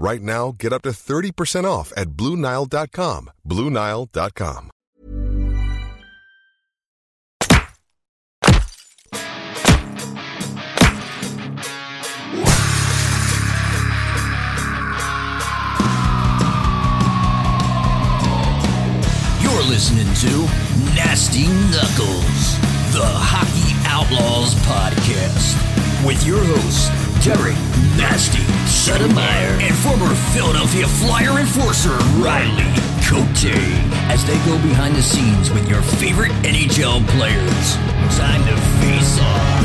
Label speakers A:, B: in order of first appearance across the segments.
A: Right now, get up to 30% off at BlueNile.com. BlueNile.com.
B: You're listening to Nasty Knuckles, the Hockey Outlaws podcast, with your hosts, Derek Nasty Sotomayor and former Philadelphia Flyer enforcer Riley Cote, as they go behind the scenes with your favorite NHL players. Time to face off.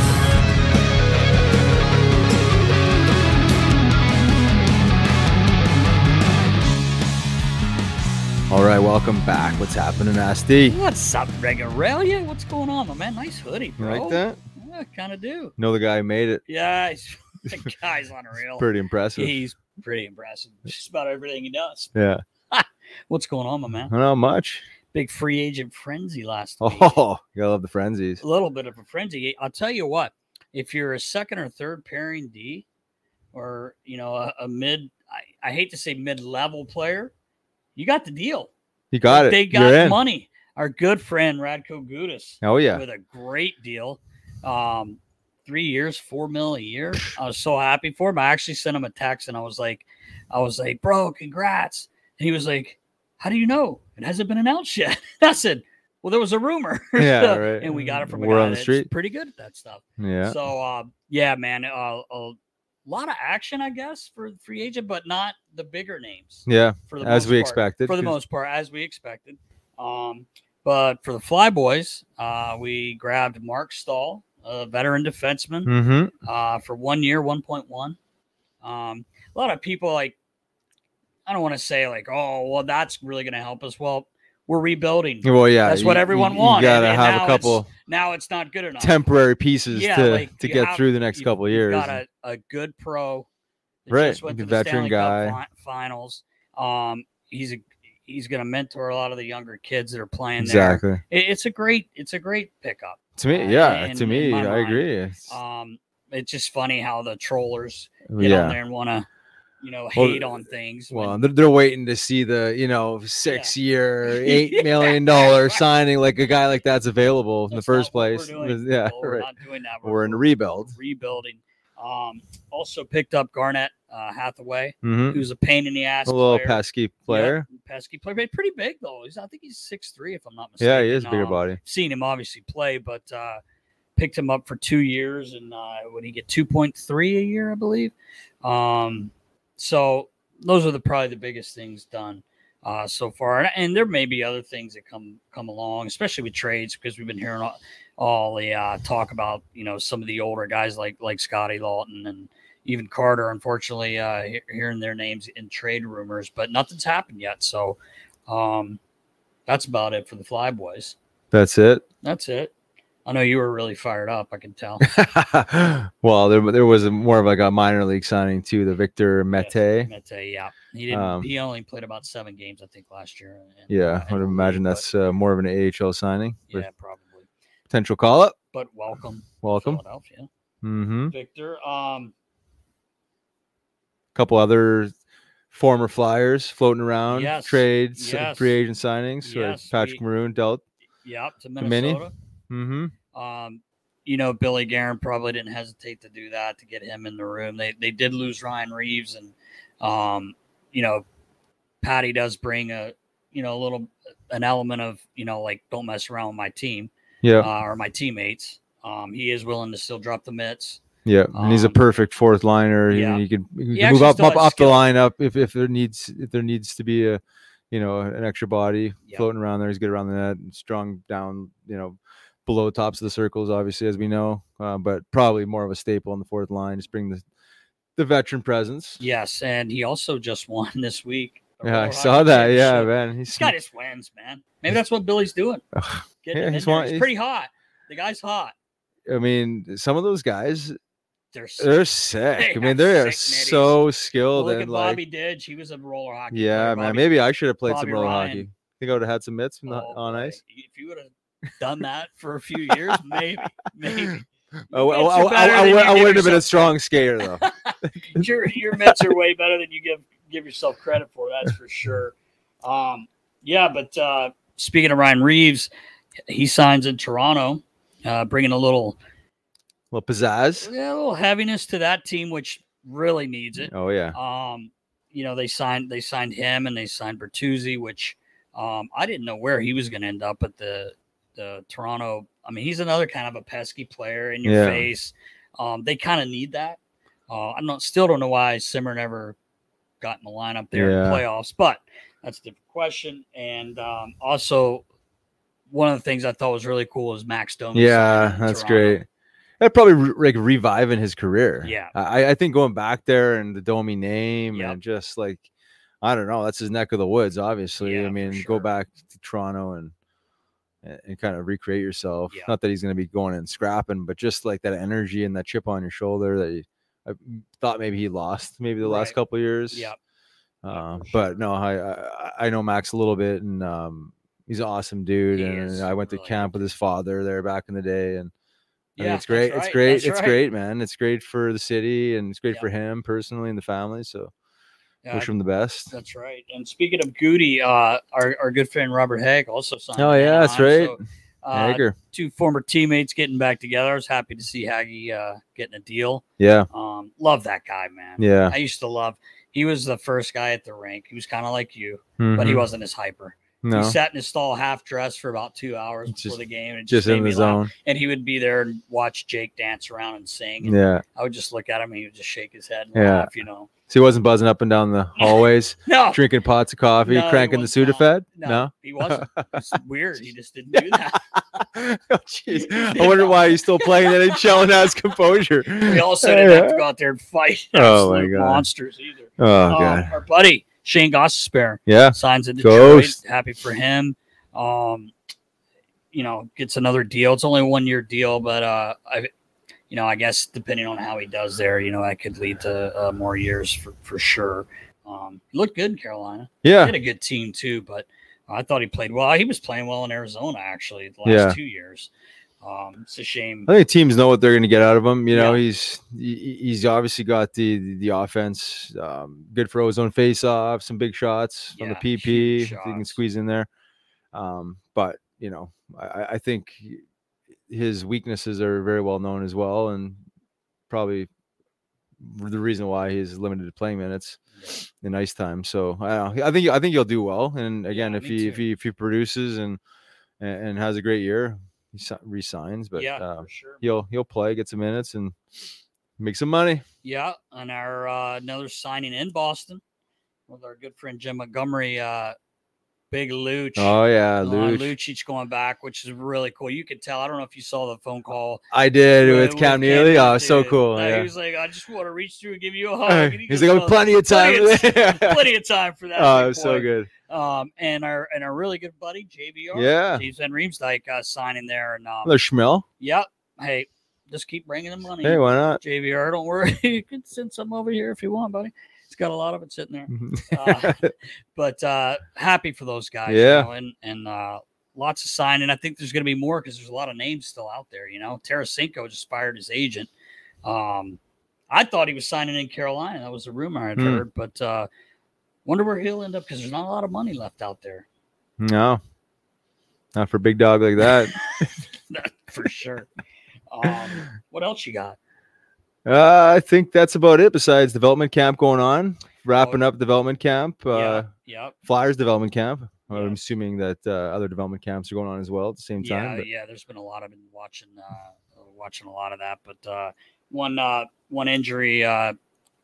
C: All right, welcome back. What's happening, SD?
D: What's up, Regarelia? What's going on, my man? Nice hoodie,
C: You
D: bro.
C: like that?
D: Yeah, kind of do.
C: Know the guy who made it.
D: Yeah, he's, that guy's unreal.
C: Pretty impressive.
D: He's pretty impressive. Just about everything he does.
C: Yeah.
D: What's going on, my man?
C: Not much.
D: Big free agent frenzy last week.
C: Uh-huh. Oh, you gotta love the frenzies.
D: A little bit of a frenzy. I'll tell you what. If you're a second or third pairing D, or you know a, a mid, I, I hate to say mid level player, you got the deal.
C: You got it.
D: They
C: You're
D: got
C: in.
D: money. Our good friend Radko Gudis.
C: Oh yeah.
D: with a great deal. Um, three years, four mil a year. I was so happy for him. I actually sent him a text and I was like, I was like, bro, congrats. And he was like, How do you know? It hasn't been announced yet. And I said, Well, there was a rumor.
C: Yeah, right.
D: And we got it from a
C: Word
D: guy
C: on the
D: that's
C: street.
D: pretty good at that stuff.
C: Yeah.
D: So uh, yeah, man, uh, a lot of action, I guess, for the free agent, but not the bigger names
C: Yeah.
D: for the
C: As
D: most
C: we
D: part.
C: expected,
D: For the
C: 'cause-
D: most part, as we expected. Um, but for the Flyboys, uh, we grabbed Mark Stahl, a veteran defenseman,
C: Mm-hmm.
D: uh, for one year, one point one. Um, a lot of people like, I don't want to say like, oh, well, that's really going to help us. Well, we're rebuilding.
C: Well, yeah.
D: That's
C: you-
D: what
C: you-
D: everyone
C: you,
D: wanted,
C: gotta
D: and
C: have
D: now
C: a
D: it's
C: couple
D: Now it's not good enough.
C: temporary pieces
D: Yeah,
C: to
D: like,
C: to
D: you
C: get
D: have-
C: through the next
D: you've-
C: couple
D: you've
C: years.
D: Got a, a good pro, that
C: Right,
D: Just
C: like
D: went to
C: a
D: the
C: veteran
D: Stanley Cup
C: guy.
D: fi- finals. Um, he's a he's going to mentor a lot of the younger kids that are playing
C: exactly.
D: there. It, it's a great it's a great pickup.
C: To me,
D: uh,
C: yeah.
D: in-
C: to
D: in
C: me,
D: my
C: I
D: mind,
C: agree. It's-
D: Um, it's just funny how the trollers get on
C: yeah.
D: there and want to, you know,
C: Well,
D: hate on things. when-
C: Well, they're, they're waiting to see the you know six year eight million dollar signing like a guy like that's available in the
D: that's
C: first
D: not what we're
C: place.
D: doing,
C: Yeah,
D: people. We're
C: right.
D: not doing that.
C: We're in a rebuild.
D: rebuilding. Um, also picked up Garnett uh, Hathaway,
C: Mm-hmm.
D: who's a pain in the ass.
C: a little
D: player.
C: pesky player.
D: pesky player, but pretty big though. He's I think he's six three if I'm not mistaken.
C: Yeah, he is a bigger
D: Um,
C: body.
D: Seen him obviously play, but uh, picked him up for two years, and uh, would he get two point three a year? I believe. Um, so those are the probably the biggest things done. uh, so far. And, and there may be other things that come come along, especially with trades, because we've been hearing all, all the uh, talk about you know some of the older guys like like Scotty Lawton and even Carter. Unfortunately, uh, he- hearing their names in trade rumors, but nothing's happened yet. So um, that's about it for the Flyboys.
C: That's it.
D: That's it. I know you were really fired up. I can tell.
C: well, there, there was a, more of like a minor league signing too, the Victor Mete.
D: Mete, yeah. He didn't.
C: Um,
D: he only played about seven games, I think, last year. and-
C: Yeah,
D: and
C: I would
D: league,
C: imagine
D: but
C: that's uh, more of an AHL signing. with
D: yeah, probably.
C: Potential call up.
D: But welcome,
C: Welcome.
D: Philadelphia,
C: Mm-hmm.
D: Victor. Um,
C: couple other former Flyers floating around,
D: Yes,
C: trades, uh,
D: yes.
C: free agent signings. or
D: Yes,
C: Patrick
D: we-
C: Maroon dealt.
D: yeah, to
C: mini?
D: Minnesota.
C: Mm-hmm.
D: Um, you know, Billy Garen probably didn't hesitate to do that to get him in the room. They they did lose Ryan Reeves, and um, you know, Patty does bring a you know a little an element of you know like don't mess around with my team
C: Yeah,
D: uh, or my teammates. Um, he is willing to still drop the mitts.
C: yeah. And he's a
D: um,
C: perfect fourth liner. He,
D: yeah.
C: he could, he could move
D: actually
C: up
D: still
C: up,
D: has
C: up the
D: skill.
C: lineup if, if there needs if there needs to be a you know an extra body
D: Yeah.
C: floating around there. He's good around the net, and strong down you know below tops of the circles, obviously as we know, uh, but probably more of a staple on the fourth line. Just bring the the veteran presence.
D: Yes, and he also just won this week. the
C: Yeah, I
D: World
C: saw
D: Hockey
C: that. Yeah,
D: Championship.
C: man. He's
D: He's got his wins, man. Maybe that's what Billy's doing. Getting
C: Yeah,
D: him in
C: he's
D: there.
C: one-
D: he's
C: he's-
D: pretty hot. The guy's hot.
C: I mean, some of those guys
D: They're
C: They're sick. I
D: They
C: mean,
D: are
C: they are
D: sick middies.
C: so skilled
D: look
C: and
D: at
C: like,
D: Bobby Didge. He was a roller hockey. player.
C: yeah, man.
D: Bobby-
C: Maybe I should have played some
D: Bobby
C: roller
D: Ryan.
C: hockey. I think I would have had some mitts from the,
D: Oh,
C: on
D: boy.
C: ice.
D: If you would have done that for a few years, maybe, maybe
C: Oh,
D: mitts
C: I,
D: are
C: I,
D: better
C: I,
D: than you
C: would- I
D: give
C: wouldn't have been a
D: yourself
C: strong skater though.
D: your your Mets are way better than you give give yourself credit for. That's for sure. Um, yeah, but uh, speaking of Ryan Reeves, he signs in Toronto, uh, bringing a little
C: well, pizzazz.
D: yeah, a little heaviness to that team, which really needs it.
C: Oh yeah,
D: Um, you know, they signed they signed him and they signed Bertuzzi, which um, I didn't know where he was going to end up at the the Toronto. I mean, he's another kind of a pesky player in your
C: Yeah.
D: face. Um, they kind of need that. Uh, I'm not still don't know why Simmer never got in the lineup there in
C: Yeah.
D: the playoffs, but that's a different question. And um, also, one of the things I thought was really cool is Max Domi.
C: yeah,
D: signing in
C: that's
D: Toronto.
C: great. That probably re- like reviving his career.
D: Yeah.
C: I, I think going back there and the Domi name
D: Yep.
C: and just like, I don't know, that's his neck of the woods. Obviously,
D: Yeah,
C: I
D: for
C: mean,
D: sure.
C: go back to Toronto and and- and kind of recreate yourself.
D: Yeah.
C: Not that he's going to be going and scrapping, but just like that energy and that chip on your shoulder that you, I mm, thought maybe he lost maybe the last
D: Right.
C: couple years.
D: Yeah,
C: Uh,
D: for sure.
C: but no, I, I I know Max a little bit, and um, he's an awesome dude.
D: He
C: and
D: is,
C: I went to
D: really.
C: camp with his father there back in the day, and I think
D: yeah,
C: it's
D: that's
C: great.
D: right,
C: It's great.
D: that's
C: It's
D: right.
C: great, man. It's great for the city, and it's great
D: Yeah.
C: for him personally and the family. So
D: Yeah,
C: wish him the best.
D: That's right. And speaking of Goody, uh, our, our good friend Robert Hag also signed.
C: Oh,
D: with
C: yeah, that's
D: Anaheim. So, uh,
C: Hager.
D: two former teammates getting back together. I was happy to see Haggy uh, getting a deal.
C: Yeah,
D: Um, love that guy, man.
C: yeah.
D: I used to love. He was the first guy at the rink. He was kind of like you, but he
C: Mhm.
D: wasn't as hyper. He
C: no,
D: sat in his stall half dressed for about two hours
C: Just-
D: before the game, and it just,
C: just
D: made
C: in
D: me
C: the
D: laugh.
C: zone.
D: And he would be there and watch Jake dance around and sing. And
C: Yeah.
D: I would just look at him, and he would just shake his head and
C: Yeah.
D: laugh. You know,
C: So he wasn't buzzing up and down the hallways,
D: no,
C: drinking pots of coffee,
D: No, he
C: cranking the
D: was not.
C: Sudafed.
D: No,
C: No.
D: he wasn't. It's weird. He just didn't do that.
C: Oh, Jeez. I wonder why he's still playing NHL and has composure.
D: We also didn't have to go out there and fight
C: Oh, my
D: absolute
C: God.
D: monsters either.
C: Oh
D: Um,
C: god.
D: our buddy Shane Gossespierre
C: Yeah.
D: signs in Detroit.
C: Ghost.
D: Happy for him. Um, you know, gets another deal. It's only a one year deal, but uh, I, you know, I guess depending on how he does there, you know, that could lead to uh, more years for, for sure. Um, he looked good in Carolina. He
C: Yeah.
D: had a good team too, but I thought he played well. He was playing well in Arizona actually the last
C: Yeah.
D: two years. Um, it's a shame.
C: I think teams know what they're going to get out of him. You know, he's he- he's obviously got the the, the offense, um, good for ozone face off, some big shots on the
D: Yeah,
C: PP
D: huge
C: if he can
D: shots.
C: squeeze in there. Um, but you know, I- I, I think he- his weaknesses are very well known as well, and probably the reason why he's limited to playing minutes in ice time. So I don't know. I think I think he'll do well. And again,
D: Yeah,
C: if
D: me
C: he if
D: too.
C: he if he produces and and, and has a great year, he si- resigns. But
D: yeah,
C: um,
D: for sure.
C: he'll he'll play, get some minutes, and make some money.
D: Yeah, and our uh, another signing in Boston with our good friend Jim Montgomery uh, big Luch.
C: Oh yeah,
D: Milan
C: Luch.
D: Lucic going back, which is really cool. You could tell. I don't know if you saw the phone call
C: I did with Cam Neely.
D: Neely,
C: Oh, so
D: dude.
C: cool.
D: Like, He
C: Yeah.
D: was like, I just want to reach through and give you a hug.
C: Uh,
D: And he
C: He's
D: goes,
C: like, oh,
D: "Oh,
C: plenty of time. oh,
D: plenty of time for that.
C: it
D: big
C: was so
D: boy."
C: good.
D: Um, and our and our really good buddy JVR,
C: Yeah.
D: James Van Riemsdyk uh, signing there, and um,
C: Another Schmel.
D: yep, hey, just keep bringing the money.
C: Hey, why not?
D: JVR, don't worry, you can send some over here if you want, buddy. It's got a lot of it sitting there. Uh, but uh, happy for those guys. you
C: Yeah.
D: know, and and uh, lots of signing. I think there's going to be more because there's a lot of names still out there. You know, Tarasenko just fired his agent. Um, I thought he was signing in Carolina. That was a rumor I'd
C: Hmm.
D: heard, but uh, wonder where he'll end up because there's not a lot of money left out there
C: no, not for big dog like that.
D: for sure. um, what else you got?
C: Uh, I think that's about it. Besides development camp going on, wrapping up development camp, uh,
D: Oh. yeah, yep.
C: Flyers development camp. I'm
D: Yeah.
C: assuming that uh, other development camps are going on as well at the same
D: yeah,
C: time. but-
D: yeah. There's been a lot. I've been watching, uh, watching a lot of that. But uh, one, uh, one injury, uh,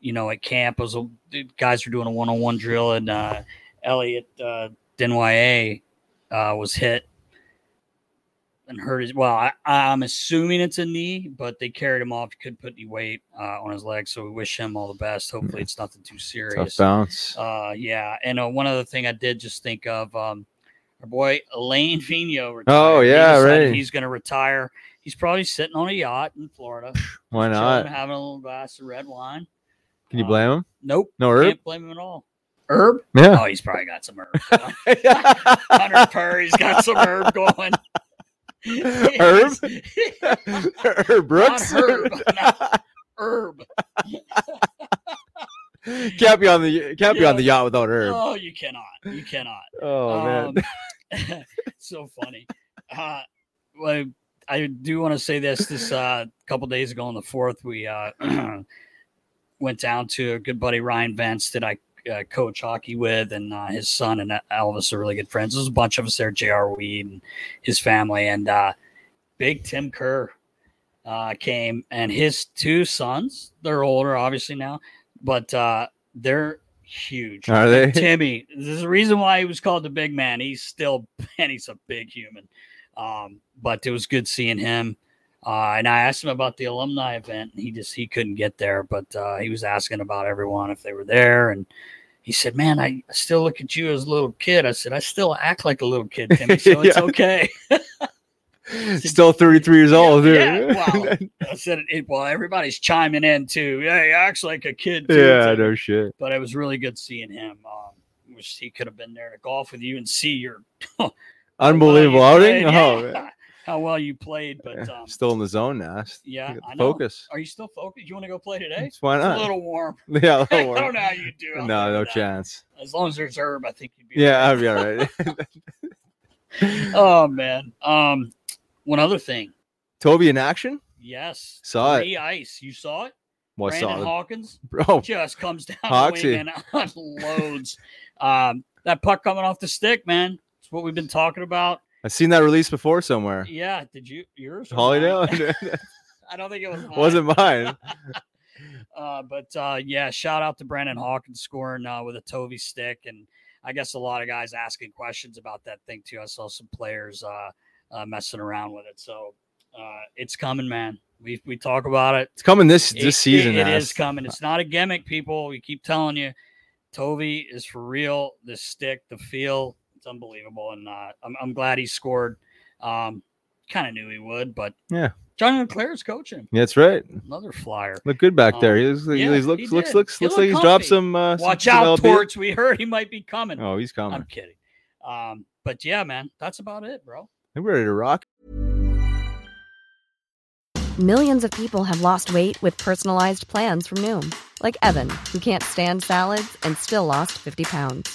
D: you know, at camp was a, the guys were doing a one-on-one drill, and uh, Elliot uh, Denye uh, was hit and hurt his. Well, I, I'm assuming it's a knee, but they carried him off. Couldn't put any weight uh, on his leg, so we wish him all the best. Hopefully, it's nothing too
C: Tough
D: serious.
C: bounce.
D: Uh, yeah, and uh, one other thing I did just think of um, our boy Elaine Vino. Retired.
C: Oh,
D: He
C: yeah,
D: decided
C: right.
D: He's going to retire. He's probably sitting on a yacht in Florida.
C: Why
D: chilling,
C: not?
D: having a little glass of red wine?
C: Can you
D: uh,
C: blame him?
D: Nope,
C: No herb.
D: can't blame him at all. Herb?
C: Yeah.
D: Oh, he's probably got some herb. Hunter Purr, he's got some herb going.
C: Herb? Herb Brooks.
D: Not herb, not herb.
C: can't be on the can't be on the yacht without Herb.
D: No, Oh, you cannot. You cannot.
C: Oh man.
D: Um, so funny. Uh, well, I do want to say this. This uh, couple days ago on the fourth, we uh, went down to a good buddy Ryan Vance that I uh, coach hockey with, and uh, his son and Elvis are really good friends. There's a bunch of us there, J.R. Weed and his family, and uh, Big Tim Kerr uh, came, and his two sons. They're older, obviously now, but uh, they're huge.
C: Are they?
D: Timmy. There's a reason why he was called the big man. He's still and he's a big human. Um, but it was good seeing him. Uh, and I asked him about the alumni event. And he just he couldn't get there, but uh, he was asking about everyone if they were there. And he said, "Man, I I still look at you as a little kid." I said, "I still act like a little kid, Timmy. So it's
C: Yeah.
D: okay."
C: Still 33 years old, dude.
D: yeah, wow. I said, it, "Well, everybody's chiming in too. Yeah, he acts like a kid too."
C: yeah,
D: Timmy."
C: no shit.
D: but it was really good seeing him. Um, wish he could have been there to golf with you and see your how well you
C: Unbelievable outing.
D: played.
C: Oh,
D: Yeah,
C: man.
D: how well you played. But um,
C: Still in the zone now. S-
D: yeah,
C: get the
D: I know.
C: Focus.
D: Are you still focused? You want to go play today? It's
C: Why
D: a
C: not?
D: little warm.
C: Yeah, a little
D: I
C: warm.
D: don't know how you do. out
C: no,
D: there
C: no
D: with that.
C: chance.
D: As long as there's herb, I think you'd be.
C: Yeah, I'll be all right.
D: all right. Oh man. Um, one other thing.
C: Toby in action?
D: Yes.
C: Saw it.
D: Three ice. You saw it.
C: Well, I
D: Brandon
C: saw it. Oh.
D: Hawkins.
C: Bro,
D: just comes down the
C: Hoxie.
D: wing and unloads. um, that puck coming off the stick, man. It's what we've been talking about.
C: I've seen that release before somewhere.
D: Yeah, did you yours? or mine?
C: Holiday
D: I don't think it was. mine.
C: wasn't mine.
D: Uh, but uh, yeah, shout out to Brandon Hawkins scoring uh, with a Tovey stick, and I guess a lot of guys asking questions about that thing too. I saw some players uh, uh, messing around with it, so uh, it's coming, man. We we talk about it.
C: It's coming this this
D: It-
C: season.
D: it is
C: Ast.
D: coming. It's not a gimmick, people. We keep telling you, Tovey is for real. The stick, the feel, it's unbelievable. And uh, I'm, I'm glad he scored. Um, kind of knew he would, but
C: Yeah.
D: Johnny Leclerc's coaching.
C: Yeah, That's right.
D: Another flyer.
C: Look good back there. He looks,
D: Um, yeah,
C: he's
D: he
C: looks, looks,
D: did.
C: looks,
D: He
C: looks
D: looked
C: like he's dropped
D: comfy.
C: some. Uh, some-
D: Watch
C: some
D: out,
C: LB.
D: Torts. We heard he might be coming.
C: Oh, he's coming.
D: I'm kidding. Um, but yeah, man, that's about it, bro.
C: I'm ready to rock.
E: Millions of people have lost weight with personalized plans from Noom, like Evan, who can't stand salads and still lost 50 pounds.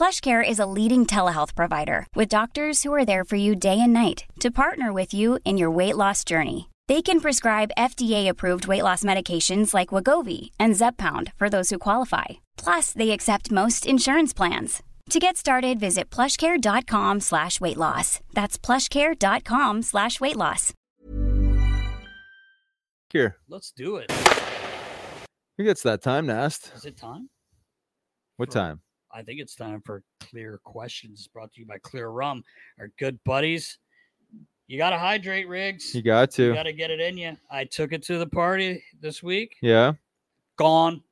F: PlushCare is a leading telehealth provider with doctors who are there for you day and night to partner with you in your weight loss journey. They can prescribe FDA-approved weight loss medications like Wagovi and Zepbound for those who qualify. Plus, they accept most insurance plans. To get started, visit plushcare.com slash weight loss. That's plushcare.com slash weight loss.
C: Here,
D: Let's do it.
C: I think it's that time, Nast.
D: Is it time?
C: What time?
D: I think it's time for clear questions brought to you by Clear Rum, our good buddies. You got to hydrate, Riggs.
C: You got
D: You
C: to.
D: got to get it in you. I took it to the party this week.
C: Yeah.
D: Gone.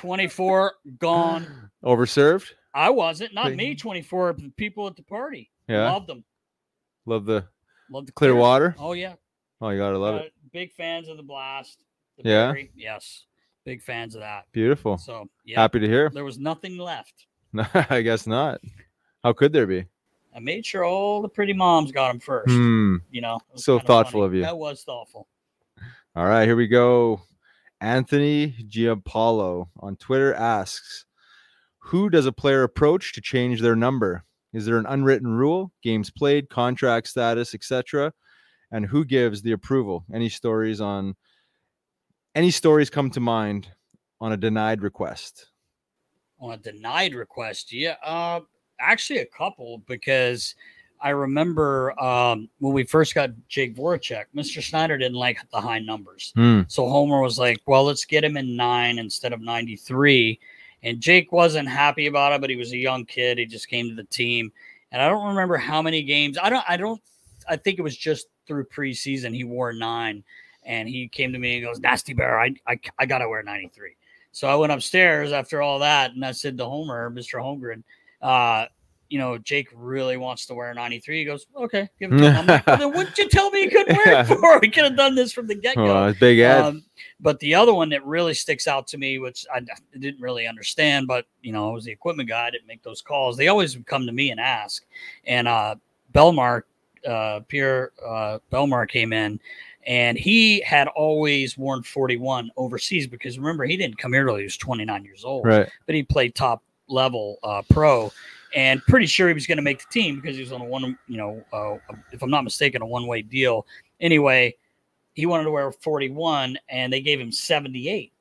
D: 24, gone.
C: Overserved.
D: I wasn't. Not
C: But-
D: me. 24 p- people at the party.
C: Yeah.
D: Loved them.
C: Love the
D: Loved the
C: clear water.
D: Oh, yeah.
C: Oh, you gotta love
D: Uh,
C: it.
D: Big fans of the blast. the
C: Yeah?
D: berry, Yes. Big fans of that.
C: Beautiful.
D: So, yeah.
C: Happy to hear.
D: There was nothing left.
C: No, I guess not. How could there be?
D: I made sure all the pretty moms got them first.
C: Hmm.
D: You know, it was
C: So
D: kinda
C: thoughtful of you.
D: That was thoughtful.
C: All right, here we go. Anthony Giampaolo on Twitter asks, "Who does a player approach to change their number? Is there an unwritten rule, games played, contract status, etc.? And who gives the approval? Any stories on any stories come to mind on a denied request?
D: on a denied request. Yeah, uh, actually a couple because I remember um, when we first got Jake Voracek, Mr. Snyder didn't like the high numbers,
C: Hmm.
D: so Homer was like, "Well, let's get him in nine instead of ninety-three. And Jake wasn't happy about it, but he was a young kid. He just came to the team, and I don't remember how many games. I don't. I don't. I think it was just through preseason he wore nine, and he came to me and goes, "Nasty Bear, I I, I gotta wear ninety-three. So I went upstairs after all that, and I said to Homer, Mr. Holmgren, uh, you know, Jake really wants to wear 93. He goes, okay, give it to him. I'm like, well, then wouldn't you tell me he couldn't wear it
C: Yeah.
D: for? We could have done this from the get go.
C: Oh, it's Big Ed.
D: Um, but the other one that really sticks out to me, which I d- didn't really understand, but you know, I was the equipment guy. I didn't make those calls. They always would come to me and ask. And uh, Belmar, uh, Pierre uh, Belmar came in, and he had always worn 41 overseas because remember he didn't come here till he was 29 years old
C: right.
D: but he played top level uh, pro and pretty sure he was going to make the team because he was on a one you know uh, if i'm not mistaken a one way deal anyway he wanted to wear 41 and they gave him 78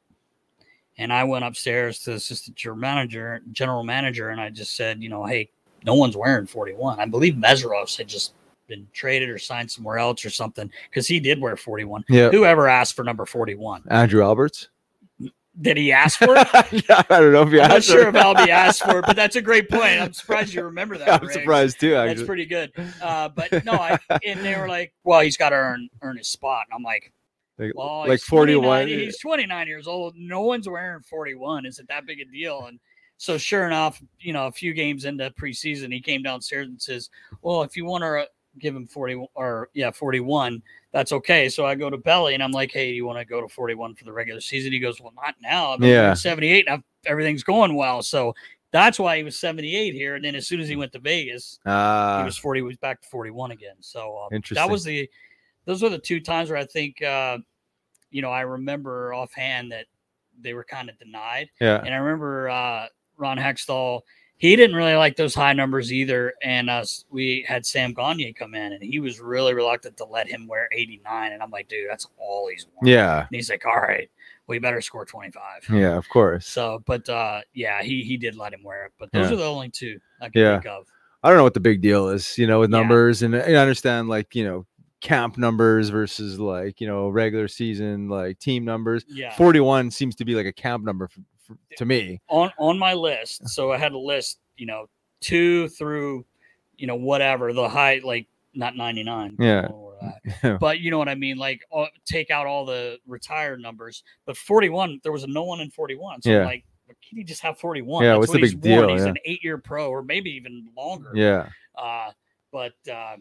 D: and i went upstairs to the assistant general manager general manager and i just said you know hey no one's wearing 41 i believe Meseros had just been traded or signed somewhere else or something because he did wear 41
C: Yeah.
D: whoever asked for number 41
C: Andrew Alberts.
D: did he ask for it
C: yeah, I don't know if you
D: I'm not
C: asked him.
D: sure if Albie asked for it, but that's a great point. I'm surprised you remember that.
C: I'm
D: Riggs.
C: surprised too.
D: That's
C: Actually,
D: pretty good. Uh, but no, I, and they were like, "Well, he's got to earn earn his spot." And I'm like,
C: like,
D: "Well,
C: like
D: he's
C: 41.
D: 29 He's 29 years old. No one's wearing 41. Is it that big a deal?" And so, sure enough, you know, a few games into preseason, he came downstairs and says, "Well, if you want to give him 40 or yeah, 41." That's okay. So I go to Belly and I'm like, hey, you want to go to 41 for the regular season? He goes, well, not now. I'm
C: Yeah.
D: 78 and I've, everything's going well. So that's why he was 78 here. And then as soon as he went to Vegas, he
C: Mm. Ah,
D: was 40. He was back to 41 again. So uh,
C: Interesting.
D: that was the. Those were the two times where I think, uh, you know, I remember offhand that they were kind of denied.
C: yeah.
D: And I remember uh, Ron Hextall, he didn't really like those high numbers either. And uh, s- we had Sam Gagne come in, and he was really reluctant to let him wear 89. And I'm like, dude, that's all he's worn.
C: Yeah.
D: And he's like, all right, we better score 25.
C: Yeah, of course.
D: So, but uh, yeah, he he did let him wear it. But those
C: Yeah.
D: are the only two I can
C: Yeah.
D: think of.
C: I don't know what the big deal is, you know, with
D: Yeah.
C: numbers, and, and I understand like you know camp numbers versus like you know regular season like team numbers.
D: Yeah.
C: Forty-one seems to be like a camp number f f- to me.
D: on on my list so i had a list you know two through you know whatever the high like not 99
C: Yeah.
D: or that. but you know what I mean? Like uh, take out all the retired numbers, but 41, there was a no one in 41. So
C: Yeah.
D: like, but can you just have 41?
C: Yeah,
D: That's
C: what's the
D: what he's
C: big
D: won.
C: deal?
D: He's
C: Yeah.
D: an eight year pro or maybe even longer.
C: Yeah.
D: Uh, but uh,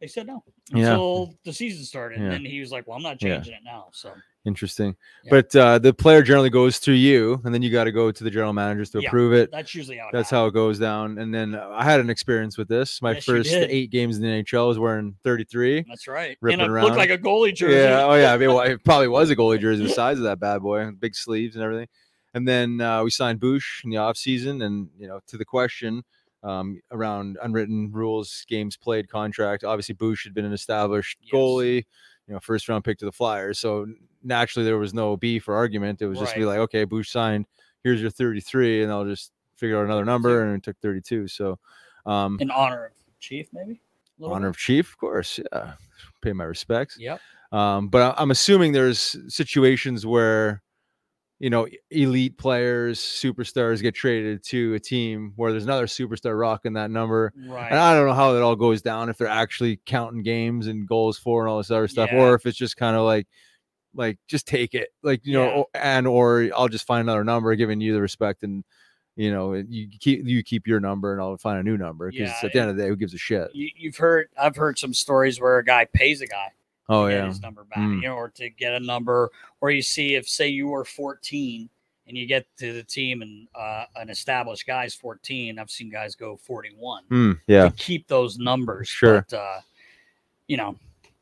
D: they said no
C: Yeah.
D: until the season started.
C: Yeah.
D: And then he was like, well, I'm not
C: Yeah.
D: changing it now. So
C: Interesting.
D: Yeah.
C: But uh, the player generally goes through you, and then you got to go to the general managers to
D: Yeah,
C: approve it.
D: that's usually how it
C: That's how it goes down. And then uh, I had an experience with this. My
D: Yes, you
C: first
D: did.
C: eight games in the NHL I was wearing 33.
D: that's right.
C: Ripping
D: and it
C: around.
D: looked like a goalie jersey.
C: Yeah. Oh, yeah. I mean, well, it probably was a goalie jersey, the size of that bad boy, big sleeves and everything. And then uh, we signed Bush in the offseason. And, you know, to the question um, around unwritten rules, games played, contract, obviously, Bush had been an established goalie, you know, first round pick to the Flyers. So naturally, there was no beef or argument. It was just be
D: Right.
C: like, okay, Bush signed. Here's your 33, and I'll just figure out another number. And it took 32. So, um,
D: In honor of Chief, maybe? a little
C: honor
D: bit?
C: of chief, of course. Yeah, pay my respects.
D: Yep.
C: Um, but I- I'm assuming there's situations where, you know, e- elite players, superstars get traded to a team where there's another superstar rocking that number.
D: Right.
C: And I don't know how that all goes down if they're actually counting games and goals for and all this other stuff,
D: Yeah.
C: or if it's just kind of like, like just take it, like you know,
D: Yeah.
C: o- and or I'll just find another number, giving you the respect and. You know, you keep you keep your number, and I'll find a new number because
D: Yeah,
C: at the end of the day, who gives a shit?
D: you, you've heard I've heard some stories where a guy pays a guy
C: Oh
D: to get
C: yeah,
D: his number back,
C: Mm.
D: you know, or to get a number, or you see if say you were 14 and you get to the team and uh, an established guy's 14. I've seen guys go 41
C: Mm, yeah.
D: to keep those numbers.
C: Sure.
D: But, uh, you know,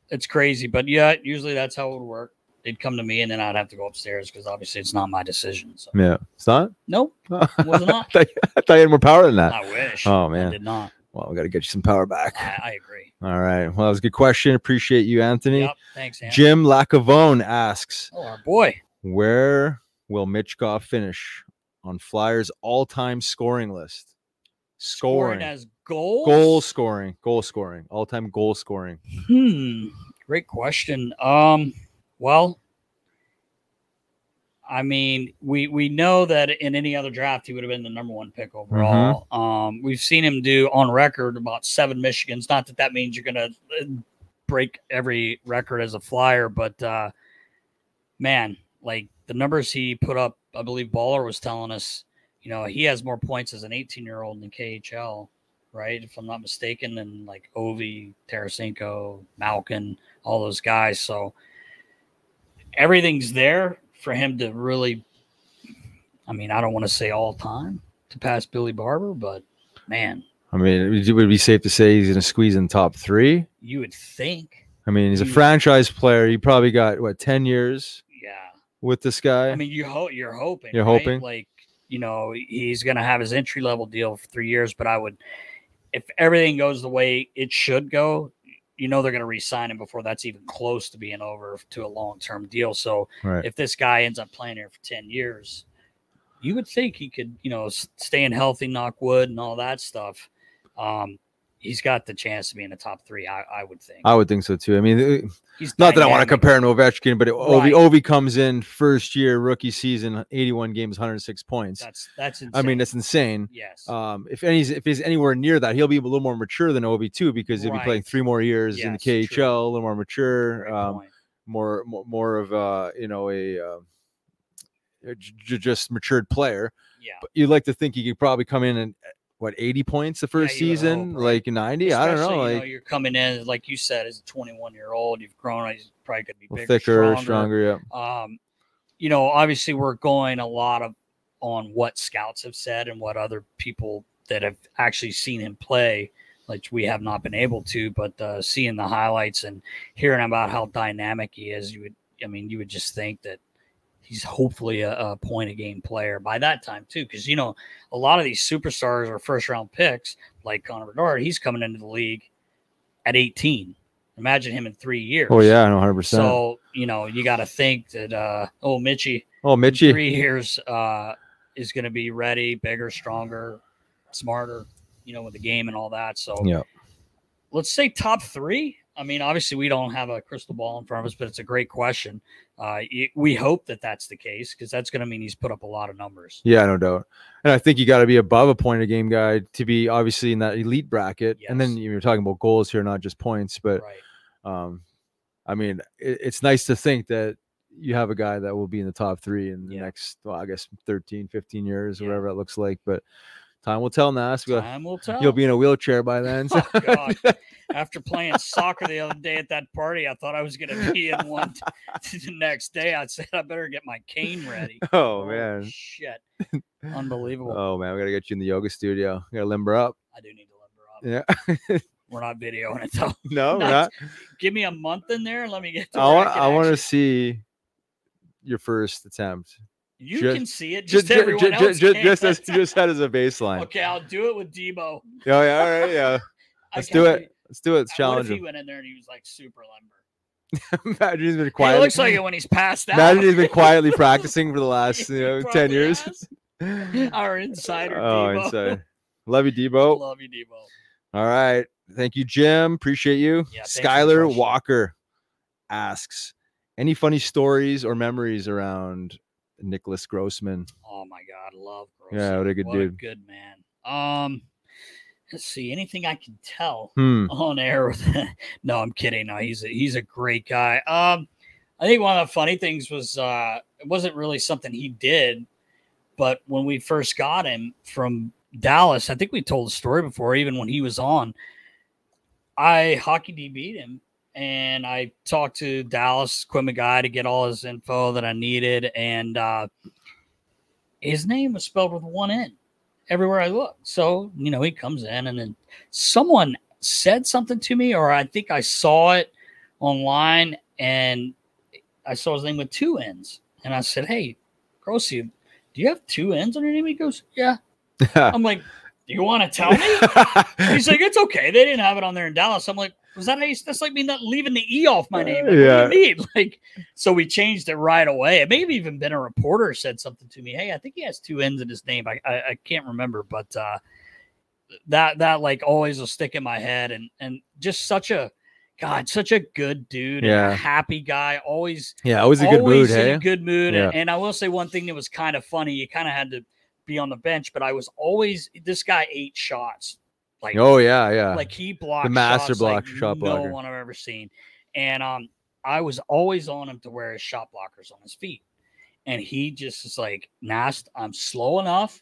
D: it's crazy, but yeah, usually that's how it would work. They'd come to me and then I'd have to go upstairs because obviously it's not my decision. So
C: Yeah. It's not?
D: nope, was
C: I,
D: not.
C: thought, I thought you had more power than that.
D: I wish.
C: Oh,
D: I
C: man.
D: did not.
C: Well, we got to get you some power back.
D: I, I agree.
C: All right. Well, that was a good question. Appreciate you, Anthony.
D: Yep. Thanks, Anthony.
C: Jim Lacavone asks,
D: Oh, our boy.
C: where will Mitchkoff finish on Flyers all-time scoring list?
D: Scoring
C: Scoring.
D: as goals.
C: Goal scoring. Goal scoring. All-time goal scoring.
D: Hmm. Great question. Um. Well, I mean, we we know that in any other draft he would have been the number one pick overall. Um. We've seen him do on record about seven Michigans. Not that that means you're gonna uh, break every record as a flyer, but uh, man, like the numbers he put up, I believe Baller was telling us. You know, he has more points as an 18 year old in the KHL right? If I'm not mistaken, and like Ovi, Tarasenko, Malkin, all those guys. So everything's there for him to really. I mean, I don't want to say all time to pass Billy Barber, but man,
C: I mean, would it would be safe to say he's going to squeeze in top three.
D: you would think,
C: I mean, he's a
D: Mm.
C: franchise player. He probably got, what, 10 years
D: yeah.
C: with this guy?
D: I mean, you hope you're hoping.
C: You're
D: right?
C: hoping.
D: like you know he's going to have his entry level deal for three years, but I would, if everything goes the way it should go. You know they're going to re-sign him before that's even close to being over to a long-term deal. So
C: right.
D: if this guy ends up playing here for 10 years, you would think he could, you know, s- staying healthy, knock wood, and all that stuff. Um, he's got the chance to be in the top three, I, I would think.
C: I would think so too. I mean,
D: He's
C: Uh, Not that I want to
D: dynamic.
C: compare him to Ovechkin, but it, Ovi,
D: Right.
C: Ovi comes in first year rookie season, 81 games, 106 points.
D: That's that's insane.
C: I mean, that's insane.
D: yes,
C: Um, if any, if he's anywhere near that, he'll be a little more mature than Ovi too, because he'll be playing
D: Right.
C: three more years in the
D: Yes, true.
C: KHL, a little more mature,
D: Great
C: um,
D: point.
C: more, more more of uh, you know a uh, a j- j- just matured player.
D: yeah.
C: But you'd like to think he could probably come in and what 80 points the first
D: you would hope,
C: season,
D: right.
C: like 90. I don't
D: Especially,
C: know,
D: you
C: like
D: you're coming in like you said as a 21 year old. You've grown. He's probably could be bigger,
C: thicker,
D: stronger.
C: stronger. Yeah.
D: um, you know, obviously we're going a lot of on what scouts have said and what other people that have actually seen him play, like we have not been able to, but uh, seeing the highlights and hearing about how dynamic he is, you would, I mean, you would just think that he's hopefully a, a point a game player by that time too, because you know a lot of these superstars are first round picks, like Connor Bedard. He's coming into the league at 18. Imagine him in three years.
C: Oh yeah, I know 100. percent
D: So you know you got to think that uh, oh Mitchy,
C: Oh,
D: in
C: Mitchie.
D: three years uh, is going to be ready, bigger, stronger, smarter, you know, with the game and all that. So
C: Yeah.
D: let's say top three. I mean, obviously we don't have a crystal ball in front of us, but it's a great question. Uh, y- we hope that that's the case because that's going to mean he's put up a lot of numbers.
C: Yeah, no doubt. And I think you got to be above a point a game guy to be obviously in that elite bracket. And then
D: Yes.
C: you're talking about goals here, not just points. But
D: Right.
C: Um, I mean, it, it's nice to think that you have a guy that will be in the top three in the next, well, I guess 13, 15 years, whatever that looks like. But time will tell, Nas. We'll-
D: Time will
C: You'll
D: tell.
C: be in a wheelchair by then. so-
D: Oh, God. After playing soccer the other day at that party, I thought I was going to be in one. t- the next day, I said I better get my cane ready.
C: Oh, man.
D: shit! Unbelievable.
C: Oh man, we gotta get you in the yoga studio. We gotta limber up.
D: I do need
C: to limber up. Yeah.
D: We're not videoing it though.
C: No, we're
D: That's-
C: not.
D: Give me a month in there and let me get. To
C: I
D: where
C: want.
D: can
C: I want
D: actually-
C: to see your first attempt.
D: You
C: Ju-
D: can see it,
C: ju-
D: just
C: ju- ju-
D: everyone
C: ju-
D: else
C: ju-
D: can't.
C: Just as just that as a baseline.
D: Okay, I'll do it with Debo.
C: Yeah, yeah, all right, yeah.
D: I
C: Let's
D: can't
C: do
D: believe-
C: it. Let's do it. Let's
D: What if
C: challenge
D: he
C: him.
D: went in there and he was like super limber?
C: Imagine he's been
D: He
C: quiet.
D: looks like it when he's passed out.
C: Imagine he's been quietly practicing for the last you know ten
D: probably
C: years.
D: Our insider.
C: Oh,
D: Debo.
C: insane. Love you, Debo.
D: Love you, Debo.
C: All right. Thank you, Jim. Appreciate you.
D: Yeah, thanks for the
C: Skylar Walker asks any funny stories or memories around Nicholas Grossman?
D: Oh my God, love.
C: Yeah, what a good
D: What a
C: dude.
D: good man. Um, let's see. Anything I can tell
C: Hmm.
D: on air? With, no, I'm kidding. No, he's a, he's a great guy. Um, I think one of the funny things was uh, it wasn't really something he did, but when we first got him from Dallas, I think we told the story before, even when he was on. I hockey DB'd him and I talked to Dallas Quimmy guy to get all his info that I needed. And uh, his name was spelled with one N everywhere I looked. So, you know, he comes in and then someone said something to me, or I think I saw it online and I saw his name with two N's. And I said, Hey, Grossi, do you have two N's on your name? He goes, Yeah. I'm like, Do you want to tell me? He's like, It's okay. They didn't have it on there in Dallas. I'm like, was that how you, that's like me not leaving the E off my name? Like,
G: Yeah.
D: What do you mean? Like, so we changed it right away. It may have even been a reporter said something to me. Hey, I think he has two N's in his name. I, I, I can't remember, but uh, that that like always will stick in my head and and just such a god such a good dude and
C: Yeah.
D: a happy guy always
C: Yeah, always a good mood,
D: always in a
C: hey?
D: good mood
C: Yeah.
D: and, and i will say one thing that was kind of funny you kind of had to be on the bench but i was always this guy ate shots like
C: Oh, yeah, yeah.
D: like he
C: The
D: blocked
C: master
D: shots
C: block-
D: like
C: shot
D: no
C: blocker.
D: one i've ever seen and um i was always on him to wear his shot blockers on his feet and he just is like nast i'm slow enough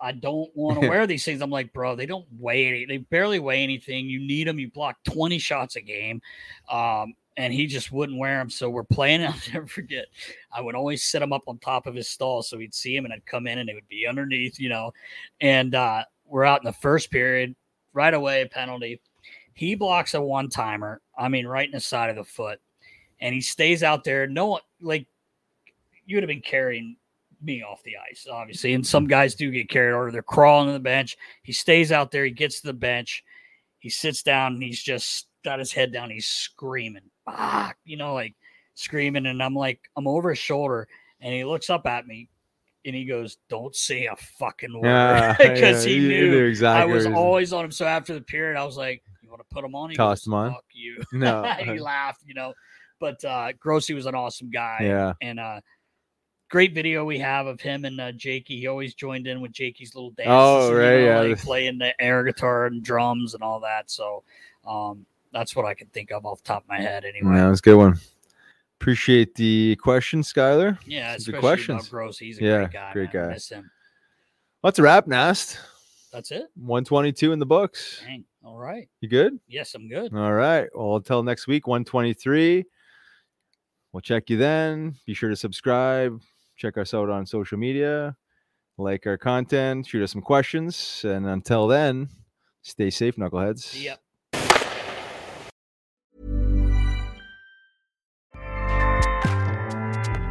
D: I don't want to wear these things. I'm like, bro, they don't weigh any, they barely weigh anything. You need them. You block 20 shots a game. Um, and he just wouldn't wear them. So we're playing. I'll never forget. I would always set him up on top of his stall. So he'd see him and I'd come in and it would be underneath, you know. And uh, we're out in the first period, right away, penalty. He blocks a one timer. I mean, right in the side of the foot. And he stays out there. No one, like, you would have been carrying me off the ice, obviously. And some guys do get carried over. They're crawling to the bench. He stays out there. He gets to the bench. He sits down and he's just got his head down. He's screaming, ah, you know, like screaming. And I'm like, I'm over his shoulder. And he looks up at me and he goes, Don't say a fucking word.
C: Yeah,
D: Because
C: yeah,
D: he
C: you- you
D: knew,
C: knew exactly
D: I was
C: what he was-
D: always on him. So after the period, I was like, You want to put him on? He
C: Tossed
D: goes,
C: him on? Oh,
D: Fuck you.
C: No.
D: he laughed, you know. But uh Grossi was an awesome guy.
C: Yeah.
D: And uh great video we have of him and uh, Jakey. He always joined in with Jakey's little dances.
C: Oh,
D: you
C: right,
D: know,
C: yeah.
D: like playing the air guitar and drums and all that. So um, that's what I can think of off the top of my head. Anyway,
C: Yeah, that's a good one. Appreciate the question, Skylar.
D: Yeah,
C: This is
D: especially about Gross. He's a great
C: yeah,
D: guy,
C: Great
D: man. I
C: guy.
D: miss him.
C: Well, that's a wrap, Nast.
D: that's it.
C: 122 in the books.
D: Dang. All right.
C: You good?
D: Yes, I'm good.
C: All right. Well, until next week, 123. We'll check you then. Be sure to subscribe. Check us out on social media. Like our content. Shoot us some questions. And until then, stay safe, knuckleheads.
D: See ya.